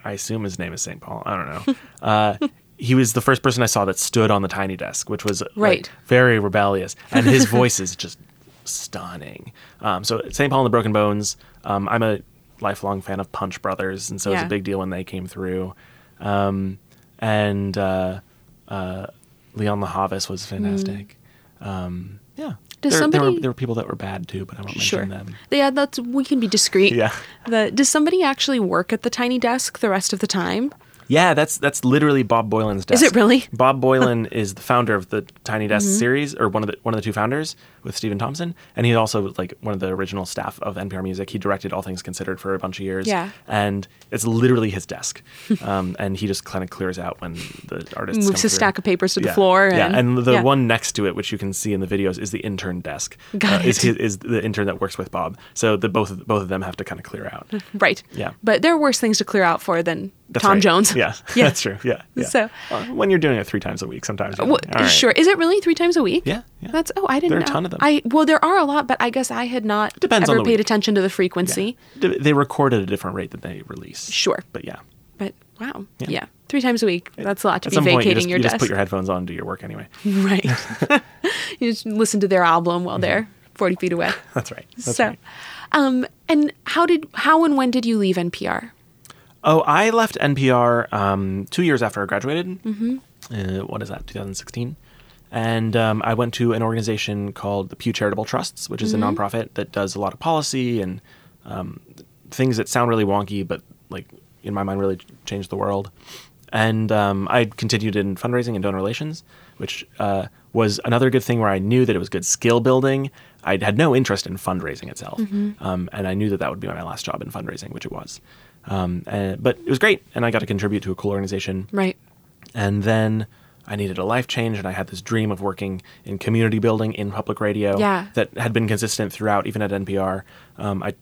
Speaker 2: I assume his name is St. Paul.
Speaker 1: [LAUGHS]
Speaker 2: I don't know. uh, he was the first person I saw that stood on the Tiny Desk, which was like,
Speaker 1: Right.
Speaker 2: very rebellious, and
Speaker 1: [LAUGHS]
Speaker 2: his voice is just stunning. Um, so St. Paul and the Broken Bones. Um, I'm a lifelong fan of Punch Brothers, and so it was
Speaker 1: Yeah.
Speaker 2: a big deal when they came through. Um, and uh, uh, Leon Lahavis was fantastic. Um, yeah.
Speaker 1: Mm. Does
Speaker 2: there, there,
Speaker 1: somebody-
Speaker 2: were, there were people that were bad too, but I won't mention
Speaker 1: Sure.
Speaker 2: them.
Speaker 1: Yeah, that's we can be discreet.
Speaker 2: Yeah.
Speaker 1: The, does somebody actually work at the tiny desk the rest of the time?
Speaker 2: Yeah, that's that's literally Bob Boylan's desk.
Speaker 1: it really? Mm-hmm.
Speaker 2: Bob Boylan is the founder of the Tiny Desk series, or one of the one of the two founders with Stephen Thompson, and he's also like one of the original staff of NPR Music. He directed All Things Considered for a bunch of years.
Speaker 1: Yeah.
Speaker 2: and it's literally his
Speaker 1: [LAUGHS]
Speaker 2: desk, um, and he just kind of clears out when the artists
Speaker 1: Moves
Speaker 2: come
Speaker 1: his
Speaker 2: through.
Speaker 1: stack of papers to the
Speaker 2: Yeah.
Speaker 1: floor.
Speaker 2: yeah, and the
Speaker 1: yeah.
Speaker 2: one next to it, which you can see in the videos, is the intern desk. Uh,
Speaker 1: Got
Speaker 2: Is,
Speaker 1: it.
Speaker 2: his, is the intern that works with Bob? So the both of, both of them have to kind of clear out.
Speaker 1: Right.
Speaker 2: Yeah.
Speaker 1: But there are worse things to clear out for than
Speaker 2: That's
Speaker 1: Tom
Speaker 2: right.
Speaker 1: Jones.
Speaker 2: Yeah, [LAUGHS]
Speaker 1: Yeah.
Speaker 2: that's true. Yeah. yeah.
Speaker 1: So-
Speaker 2: Well, when you're doing it three times a week, sometimes. you're
Speaker 1: Well,
Speaker 2: like, "All right."
Speaker 1: Sure. Is it really three times a week?
Speaker 2: Yeah, yeah.
Speaker 1: That's oh, I didn't.
Speaker 2: There are a
Speaker 1: know.
Speaker 2: ton of them.
Speaker 1: I well, there are a lot, but I guess I had not
Speaker 2: Depends on
Speaker 1: ever
Speaker 2: the
Speaker 1: paid
Speaker 2: week.
Speaker 1: attention to the frequency.
Speaker 2: D- They record at a different rate than they release.
Speaker 1: Sure.
Speaker 2: But yeah.
Speaker 1: But wow, yeah. three times a week. That's a lot to
Speaker 2: At
Speaker 1: be
Speaker 2: some
Speaker 1: vacating
Speaker 2: point, you just,
Speaker 1: your
Speaker 2: you
Speaker 1: desk.
Speaker 2: just put your headphones on and do your work anyway.
Speaker 1: [LAUGHS] right. [LAUGHS] you just listen to their album
Speaker 2: Mm-hmm.
Speaker 1: while they're forty feet away.
Speaker 2: That's right. That's
Speaker 1: so,
Speaker 2: right.
Speaker 1: um, and how did how and when did you leave NPR?
Speaker 2: Oh, I left NPR um, two years after I graduated. Mm-hmm. Uh, what is that, 2016? And um, I went to an organization called the Pew Charitable Trusts, which is
Speaker 1: Mm-hmm.
Speaker 2: a nonprofit that does a lot of policy and um, things that sound really wonky, but like in my mind, really ch- changed the world. And um, I continued in fundraising and donor relations, which uh, was another good thing where I knew that it was good skill building. I had no interest in fundraising itself, um, and I knew that that would be my last job in fundraising, which it was. Um, and, but it was great, and I got to contribute to a cool organization.
Speaker 1: Right.
Speaker 2: And then I needed a life change, and I had this dream of working in community building in public radio
Speaker 1: Yeah.
Speaker 2: that had been consistent throughout, even at NPR. Um, I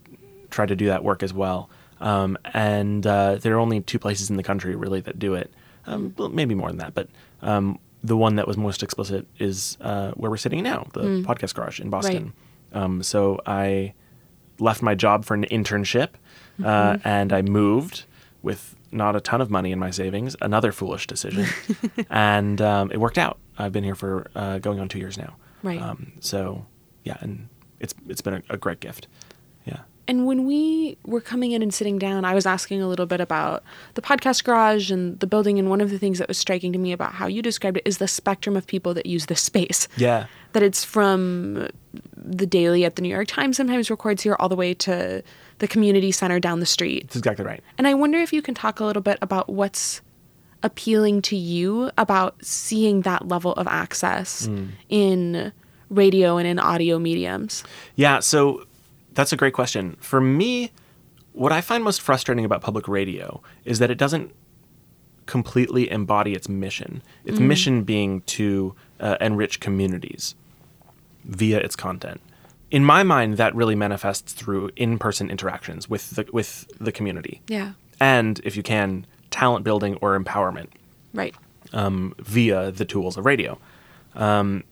Speaker 2: tried to do that work as well. Um, and uh, there are only two places in the country really that do it, um, well, maybe more than that, but um, the one that was most explicit is uh, where we're sitting now, the podcast garage in Boston. Um, so I left my job for an internship uh, and I moved with not a ton of money in my savings, another foolish decision. and um, it worked out. I've been here for uh, going on two years now.
Speaker 1: Right.
Speaker 2: Um, so, yeah, and it's it's been a, a great gift. Yeah.
Speaker 1: And when we were coming in and sitting down, I was asking a little bit about the podcast garage and the building. And one of the things that was striking to me about how you described it is the spectrum of people that use the space.
Speaker 2: Yeah.
Speaker 1: That it's from the Daily at the New York Times sometimes records here all the way to the community center down the street.
Speaker 2: That's exactly right.
Speaker 1: And I wonder if you can talk a little bit about what's appealing to you about seeing that level of access
Speaker 2: Mm.
Speaker 1: in radio and in audio mediums.
Speaker 2: Yeah, so that's a great question. For me, what I find most frustrating about public radio is that it doesn't completely embody its mission. Its
Speaker 1: Mm-hmm.
Speaker 2: mission being to uh, enrich communities via its content. In my mind, that really manifests through in-person interactions with the with the community,
Speaker 1: Yeah.
Speaker 2: and if you can, talent building or empowerment
Speaker 1: Right.
Speaker 2: um, via the tools of radio. Um,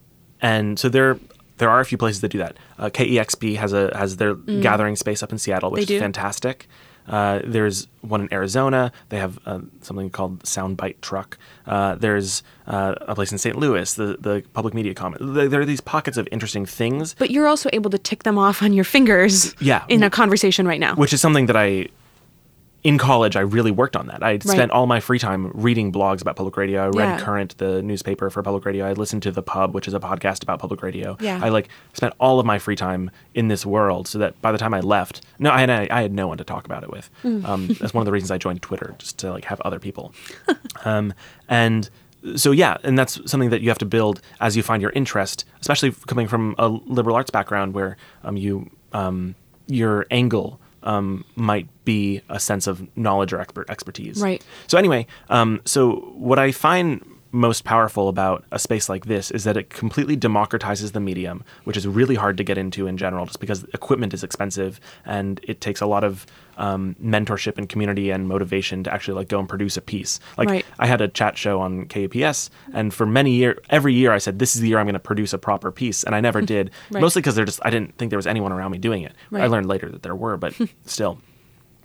Speaker 2: and so there there are a few places that do that. Uh, KEXP has a has their gathering space up in Seattle, which
Speaker 1: Mm. They
Speaker 2: is
Speaker 1: do.
Speaker 2: fantastic. Uh, there's one in Arizona. They have uh, something called Soundbite Truck. Uh, there's uh, a place in St. Louis, the the Public Media Commons. There there are these pockets of interesting things
Speaker 1: But you're also able to tick them off on your fingers
Speaker 2: Yeah.
Speaker 1: in a conversation right now.
Speaker 2: which is something that I, in college, I really worked on that. I spent all my free time reading blogs about public radio. I read
Speaker 1: Yeah.
Speaker 2: Current, the newspaper for public radio. I listened to The Pub, which is a podcast about public radio.
Speaker 1: Yeah.
Speaker 2: I like spent all of my free time in this world, so that by the time I left, no, I had I, had no one to talk about it with.
Speaker 1: Hmm.
Speaker 2: Um, that's one of the reasons I joined Twitter, just to like have other people. um, and so yeah, and that's something that you have to build as you find your interest, especially f- coming from a liberal arts background where um, you um, your angle um, might be a sense of knowledge or expert expertise.
Speaker 1: Right.
Speaker 2: So anyway, um, so what I find most powerful about a space like this is that it completely democratizes the medium, which is really hard to get into in general, just because equipment is expensive and it takes a lot of um, mentorship and community and motivation to actually like go and produce a piece. Like
Speaker 1: Right.
Speaker 2: I had a chat show on KAPS, and for many year, every year I said, "This is the year I'm going to produce a proper piece," and I
Speaker 1: [LAUGHS]
Speaker 2: never did,
Speaker 1: Right.
Speaker 2: mostly because there just I didn't think there was anyone around me doing it. I
Speaker 1: Right.
Speaker 2: learned later that there were,
Speaker 1: [LAUGHS]
Speaker 2: but still.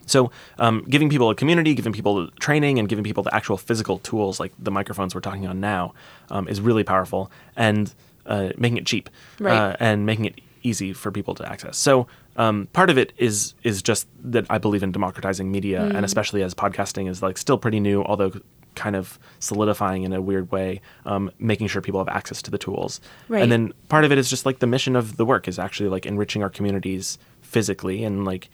Speaker 2: So, um, giving people a community, giving people training, and giving people the actual physical tools like the microphones we're talking on now um, is really powerful and uh, making it cheap
Speaker 1: Right.
Speaker 2: uh, and making it easy for people to access. So, um, part of it is is just that I believe in democratizing media, and especially as podcasting is like still pretty new, although kind of solidifying in a weird way, um, making sure people have access to the tools.
Speaker 1: Right.
Speaker 2: And then part of it is just like the mission of the work is actually like enriching our communities physically and like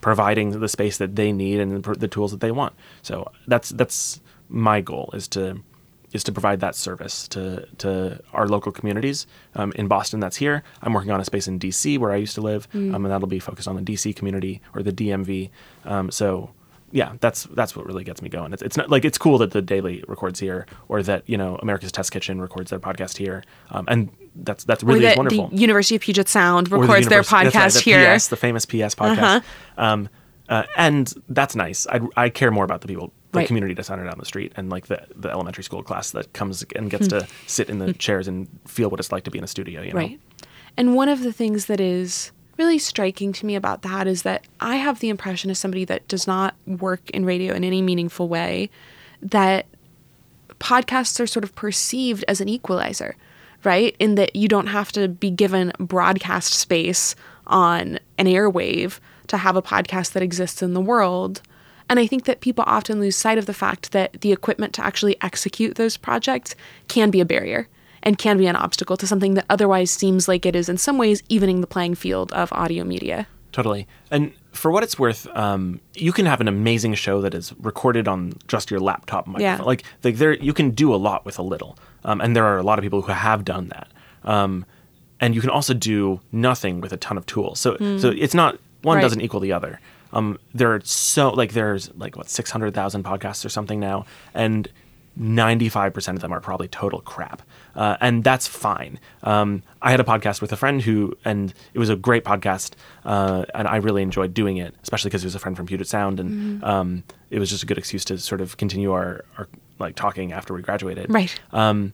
Speaker 2: providing the space that they need and the, the tools that they want. So that's that's my goal is to is to provide that service to to our local communities. Um, in Boston, that's here. I'm working on a space in D.C. where I used to live, um, and that'll be focused on the D.C. community or the DMV. Um, so, yeah, that's that's what really gets me going. It's, it's not like it's cool that the Daily records here, or that you know America's Test Kitchen records their podcast here, um, and that's that's really
Speaker 1: or
Speaker 2: is
Speaker 1: that
Speaker 2: wonderful.
Speaker 1: the University of Puget Sound
Speaker 2: Or the
Speaker 1: records their
Speaker 2: university-
Speaker 1: podcast
Speaker 2: that's right, the
Speaker 1: here. Uh-huh.
Speaker 2: PS, the famous PS podcast. Um, uh, and that's nice. I, I care more about the people, the
Speaker 1: Right.
Speaker 2: community that's on down the street, and like the, the elementary school class that comes and gets to sit in the chairs and feel what it's like to be in a studio. You know,
Speaker 1: Hmm. Right. And one of the things that is really striking to me about that is that I have the impression as somebody that does not work in radio in any meaningful way that podcasts are sort of perceived as an equalizer, right? In that you don't have to be given broadcast space on an airwave to have a podcast that exists in the world. And I think that people often lose sight of the fact that the equipment to actually execute those projects can be a barrier and can be an obstacle to something that otherwise seems like it is, in some ways, evening the playing field of audio media.
Speaker 2: totally. And for what it's worth, um, you can have an amazing show that is recorded on just your laptop microphone. Like, like there, you can do a lot with a little, um, and there are a lot of people who have done that. Um, and you can also do nothing with a ton of tools. So, so it's not one
Speaker 1: Right.
Speaker 2: doesn't equal the other. Um, there are so like there's like what six hundred thousand podcasts or something now, and ninety five percent of them are probably total crap, uh, and that's fine. Um, I had a podcast with a friend who, and it was a great podcast, uh, and I really enjoyed doing it, especially because he was a friend from Puget Sound,
Speaker 1: Mm-hmm.
Speaker 2: and um, it was just a good excuse to sort of continue our, our like talking after we graduated,
Speaker 1: Right.
Speaker 2: um,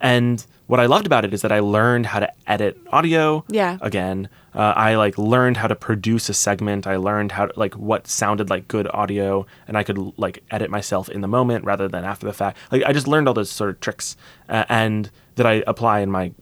Speaker 2: and what I loved about it is that I learned how to edit audio.
Speaker 1: Yeah.
Speaker 2: Again, uh, I like learned how to produce a segment. I learned how to, like what sounded like good audio, and I could like edit myself in the moment rather than after the fact. Like I just learned all those sort of tricks, uh, and that I apply in my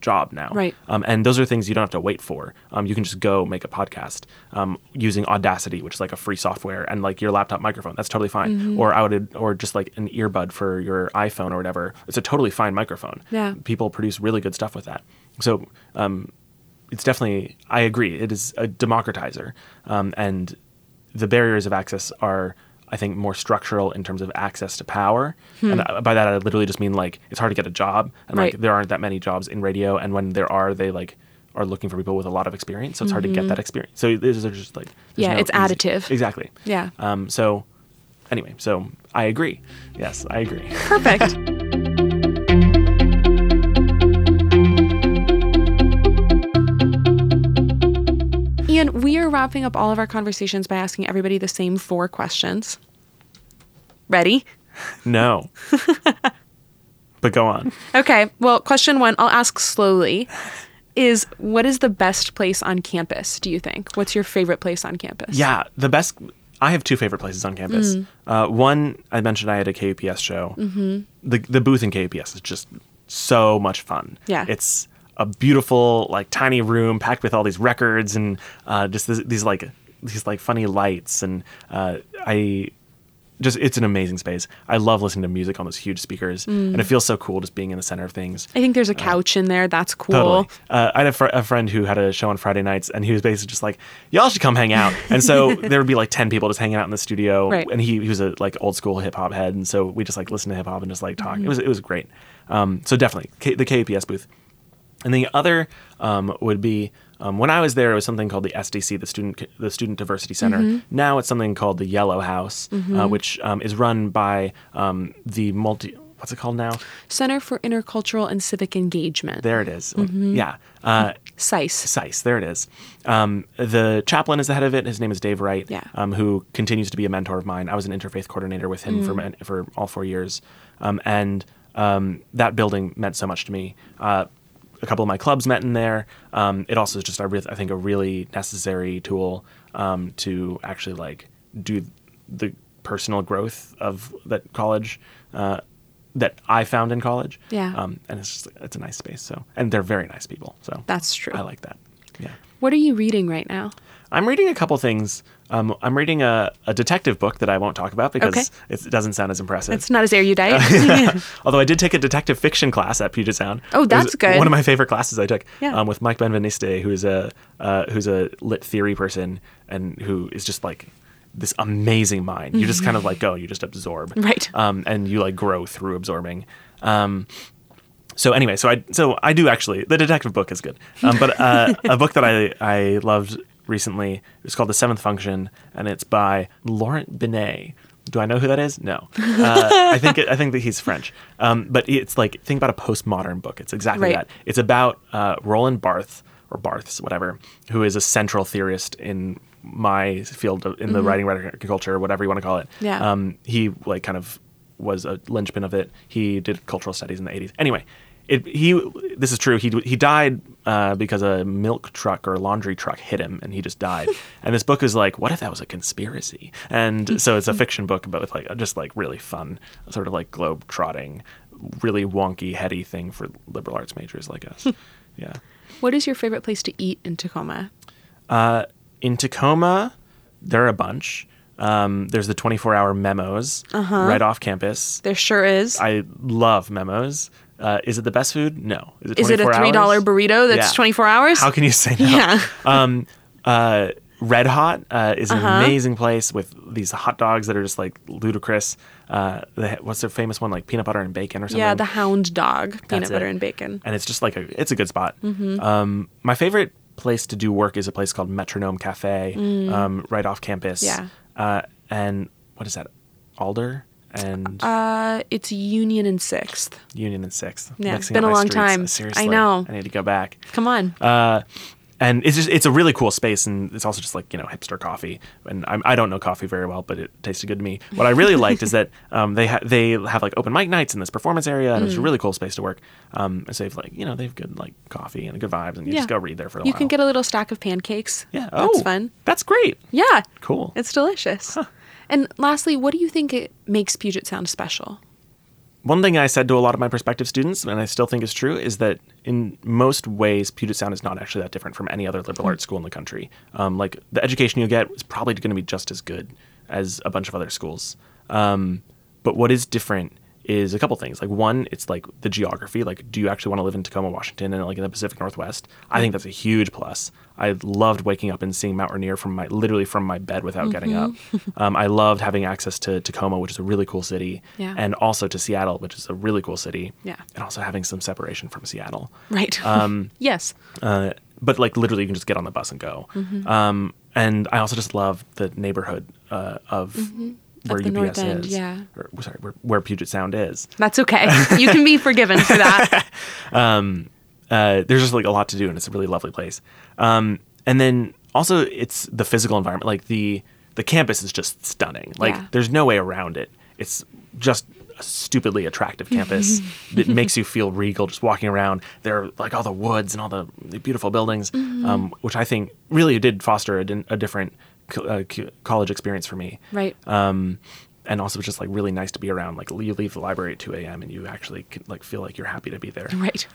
Speaker 2: job now.
Speaker 1: Right.
Speaker 2: Um, and those are things you don't have to wait for. Um, you can just go make a podcast um, using Audacity, which is like a free software, and like your laptop microphone. That's totally fine.
Speaker 1: Mm-hmm.
Speaker 2: Or I would, or just like an earbud for your iPhone or whatever. It's a totally fine microphone.
Speaker 1: Yeah.
Speaker 2: People produce really good stuff with that. So um, it's definitely. I agree. It is a democratizer, um, and the barriers of access are. I think more structural in terms of access to power, and uh, by that I literally just mean like it's hard to get a job, and like
Speaker 1: Hmm. Right.
Speaker 2: there aren't that many jobs in radio, and when there are, they like are looking for people with a lot of experience. So it's hard to get that experience. So there's, there's just like there's
Speaker 1: Mm-hmm. Yeah,
Speaker 2: no
Speaker 1: it's
Speaker 2: easy-
Speaker 1: additive.
Speaker 2: Exactly.
Speaker 1: Yeah.
Speaker 2: Um. So anyway, so I agree. Yes, I agree. [LAUGHS]
Speaker 1: Perfect. Ian, we are wrapping up all of our conversations by asking everybody the same four questions. Ready? [LAUGHS]
Speaker 2: No. but go on.
Speaker 1: Okay. Well, question one, I'll ask slowly, is what is the best place on campus, do you think? What's your favorite place on campus? Mm.
Speaker 2: Yeah, the best. I have two favorite places on campus. Uh, one I mentioned I had a KUPS show. Mm-hmm. The the booth in KUPS is just so much fun.
Speaker 1: Yeah.
Speaker 2: it's a beautiful like tiny room packed with all these records and uh, just this, these like these like funny lights and uh, I just it's an amazing space. I love listening to music on those huge speakers
Speaker 1: Mm.
Speaker 2: and it feels so cool just being in the center of things.
Speaker 1: I think there's a couch in there. That's cool.
Speaker 2: Uh, Totally. Uh, I had a, fr- a friend who had a show on Friday nights, and he was basically just like, "Y'all should come hang out." And
Speaker 1: [LAUGHS]
Speaker 2: so there would be like ten people just hanging out in the studio,
Speaker 1: Right.
Speaker 2: and he, he was a like old school hip hop head, and so we just like listened to hip hop and just like talk.
Speaker 1: Mm-hmm.
Speaker 2: It was it was great. Um, so definitely K- the KAPS booth, and the other um, would be. Um, when I was there, it was something called the SDC, the student the Student Diversity Center.
Speaker 1: Mm-hmm.
Speaker 2: Now it's something called the Yellow House, uh, which um, is run by um, the multi. What's it called now?
Speaker 1: Center for Intercultural and Civic Engagement.
Speaker 2: There it is.
Speaker 1: Mm-hmm.
Speaker 2: Yeah, uh,
Speaker 1: SICE.
Speaker 2: Sice, there it is. Um, the chaplain is the head of it. His name is Dave Wright,
Speaker 1: Yeah.
Speaker 2: um, who continues to be a mentor of mine. I was an interfaith coordinator with him
Speaker 1: Mm.
Speaker 2: for man- for all four years, um, and um, that building meant so much to me. Uh, a couple of my clubs met in there. Um, it also is just, I, re- I think, a really necessary tool um, to actually like do the personal growth of that college. Uh, that I found in college,
Speaker 1: Yeah.
Speaker 2: um, and it's just, it's a nice space. So, and they're very nice people. So
Speaker 1: That's true.
Speaker 2: I like that. Yeah.
Speaker 1: What are you reading right now?
Speaker 2: I'm reading a couple things. Um, I'm reading a, a detective book that I won't talk about because
Speaker 1: Okay.
Speaker 2: it's, it doesn't sound as impressive.
Speaker 1: It's not as erudite.
Speaker 2: [LAUGHS] Although I did take a detective fiction class at Puget Sound.
Speaker 1: Oh,
Speaker 2: It was
Speaker 1: that's good.
Speaker 2: One of my favorite classes I took
Speaker 1: Yeah.
Speaker 2: um, with Mike Benveniste, who's a uh, who's a lit theory person and who is just like this amazing mind. You just kind of like go, you just absorb,
Speaker 1: Mm-hmm. Right.
Speaker 2: Um, and you like grow through absorbing. Um, so anyway, so I so I do actually the detective book is good, um, but uh, a book that I I loved recently is called The Seventh Function, and it's by Laurent Binet. Do I know who that is? No, uh, I think it, I think that he's French, um, but it's like think about a postmodern book. It's exactly
Speaker 1: Right.
Speaker 2: that. It's about uh, Roland Barthes or Barthes, whatever, who is a central theorist in my field of, in the writing, rhetoric, culture, whatever you want to call it.
Speaker 1: Yeah.
Speaker 2: Um, he like kind of was a linchpin of it. He did cultural studies in the 80s. Anyway, it, he this is true. He he died uh, because a milk truck or laundry truck hit him, and he just died. and this book is like, what if that was a conspiracy? And so it's a fiction book, but with like just like really fun, sort of like globe trotting, really wonky, heady thing for liberal arts majors like us. yeah.
Speaker 1: What is your favorite place to eat in Tacoma?
Speaker 2: in Tacoma, there are a bunch. Um, there's the 24 hour memos right off campus.
Speaker 1: There sure is.
Speaker 2: I love memos. Uh, is it the best food? No. Is it
Speaker 1: is it a
Speaker 2: 24
Speaker 1: $3
Speaker 2: hours?
Speaker 1: burrito that's
Speaker 2: Yeah.
Speaker 1: 24 hours?
Speaker 2: How can you say
Speaker 1: [LAUGHS]
Speaker 2: no?
Speaker 1: Yeah.
Speaker 2: Um, uh, Red Hot uh, is an
Speaker 1: Uh-huh.
Speaker 2: amazing place with these hot dogs that are just like ludicrous. Uh, they, ha- what's their famous one? Like peanut butter and bacon or something.
Speaker 1: yeah, the hound dog, peanut
Speaker 2: That's it.
Speaker 1: butter and bacon. Mm-hmm.
Speaker 2: And it's just like a, it's a good spot. Um, my favorite place to do work is a place called Metronome Cafe, um, right off campus.
Speaker 1: Mm. Yeah.
Speaker 2: Uh, and what is that? Alder and
Speaker 1: Uh, it's Union and Sixth.
Speaker 2: Union and Sixth.
Speaker 1: yeah, it's
Speaker 2: Mixing
Speaker 1: been
Speaker 2: up
Speaker 1: a
Speaker 2: my
Speaker 1: long
Speaker 2: streets. Uh,
Speaker 1: time. I
Speaker 2: Seriously,
Speaker 1: know.
Speaker 2: I need to go back.
Speaker 1: Come on.
Speaker 2: Uh, and it's just it's a really cool space, and it's also just like you know hipster coffee. And I'm, I don't know coffee very well, but it tasted good to me. What I really liked is
Speaker 1: [LAUGHS]
Speaker 2: that um, they ha- they have like open mic nights in this performance area, and it's
Speaker 1: Mm.
Speaker 2: a really cool space to work. Um, and so they've like you know they've good like coffee and good vibes, and you
Speaker 1: Yeah.
Speaker 2: just go read there for a
Speaker 1: you
Speaker 2: while.
Speaker 1: can get a little stack of pancakes.
Speaker 2: yeah, oh,
Speaker 1: That's fun.
Speaker 2: That's great.
Speaker 1: Yeah.
Speaker 2: Cool.
Speaker 1: It's delicious. And lastly, what do you think it makes Puget Sound special? [LAUGHS]
Speaker 2: One thing I said to a lot of my prospective students, and I still think is true, is that in most ways, Puget Sound is not actually that different from any other liberal arts school in the country. Um, like the education you get is probably going to be just as good as a bunch of other schools. Um, but what is different is a couple things. Like one, it's like the geography. Like, do you actually want to live in Tacoma, Washington, and like in the Pacific Northwest? I think that's a huge plus. I loved waking up and seeing Mount Rainier from my literally from my bed without getting up. Um, I loved having access to Tacoma, which is a really cool city,
Speaker 1: Yeah.
Speaker 2: and also to Seattle, which is a really cool city.
Speaker 1: Yeah.
Speaker 2: And also having some separation from Seattle.
Speaker 1: Right.
Speaker 2: Um,
Speaker 1: [LAUGHS] yes.
Speaker 2: Uh, but like literally, you can just get on the bus and go.
Speaker 1: Mm-hmm.
Speaker 2: Um, and I also just love the neighborhood uh, of where
Speaker 1: Mm-hmm. Of the
Speaker 2: UPS
Speaker 1: North End,
Speaker 2: is.
Speaker 1: yeah.
Speaker 2: Or, sorry, where, where Puget Sound is.
Speaker 1: That's okay. You can be forgiven for
Speaker 2: [LAUGHS]
Speaker 1: that.
Speaker 2: uh, there's just like a lot to do and it's a really lovely place um, and then also it's the physical environment like the the campus is just stunning like
Speaker 1: Yeah.
Speaker 2: there's no way around it it's just a stupidly attractive
Speaker 1: [LAUGHS]
Speaker 2: campus that makes you feel regal just walking around there are like all the woods and all the, the beautiful buildings
Speaker 1: Mm-hmm.
Speaker 2: um, which i think really did foster a, din- a different co- uh, co- college experience for me
Speaker 1: Right.
Speaker 2: um, and also just like really nice to be around like you leave the library at 2 a.m and you actually can, like feel like you're happy to be there
Speaker 1: Right.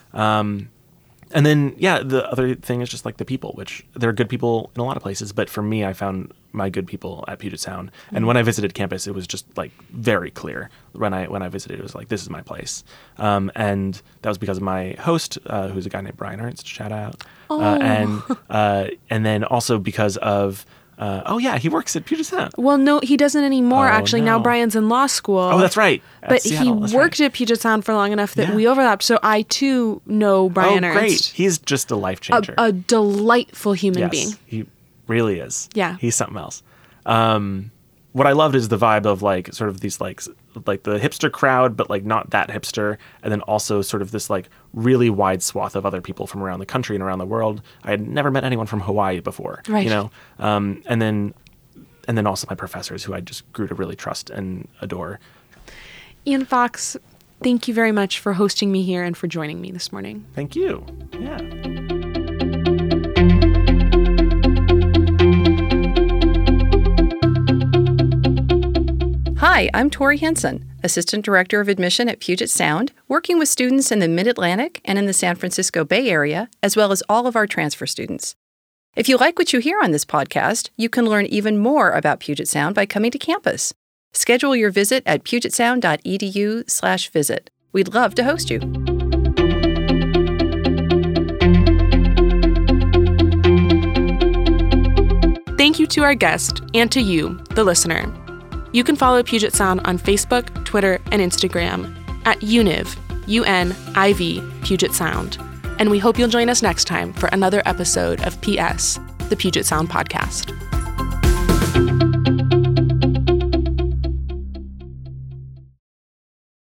Speaker 2: and then, yeah, the other thing is just like the people, which there are good people in a lot of places, but for me, I found my good people at Puget Sound.
Speaker 1: Mm-hmm.
Speaker 2: And when I visited campus, it was just like very clear. When I when I visited, it was like this is my place, um, and that was because of my host, uh, who's a guy named Brian Ernst. Shout out,
Speaker 1: Oh.
Speaker 2: uh, and uh, and then also because of uh, oh yeah, he works at Puget Sound.
Speaker 1: Well, no, he doesn't anymore,
Speaker 2: Oh,
Speaker 1: actually. Now
Speaker 2: no.
Speaker 1: Brian's in law school.
Speaker 2: Oh, that's right. At
Speaker 1: But
Speaker 2: Seattle, that's
Speaker 1: he
Speaker 2: right.
Speaker 1: worked at Puget Sound for long enough that
Speaker 2: Yeah.
Speaker 1: we overlapped. So I too know
Speaker 2: Oh
Speaker 1: Brian
Speaker 2: great,
Speaker 1: Ernst.
Speaker 2: he's just a life
Speaker 1: A,
Speaker 2: changer.
Speaker 1: a delightful human
Speaker 2: yes,
Speaker 1: being.
Speaker 2: He really is.
Speaker 1: Yeah.
Speaker 2: He's something else. Um, what I loved is the vibe of like sort of these like s- like the hipster crowd, but like not that hipster, and then also sort of this like really wide swath of other people from around the country and around the world. I had never met anyone from Hawaii before,
Speaker 1: Right.
Speaker 2: you know, um, and then and then also my professors who I just grew to really trust and adore.
Speaker 1: Ian Fox, thank you very much for hosting me here and for joining me this morning.
Speaker 2: Thank you. Yeah.
Speaker 3: Hi, I'm Tori Henson, Assistant Director of Admission at Puget Sound, working with students in the Mid Atlantic and in the San Francisco Bay Area, as well as all of our transfer students. If you like what you hear on this podcast, you can learn even more about Puget Sound by coming to campus. Schedule your visit at E pugetsound.edu/slash visit. We'd love to host you.
Speaker 1: Thank you to our guest and to you, the listener. You can follow Puget Sound on Facebook, Twitter, and Instagram at UNIV, U N I V, Puget Sound. And we hope you'll join us next time for another episode of PS, the Puget Sound Podcast.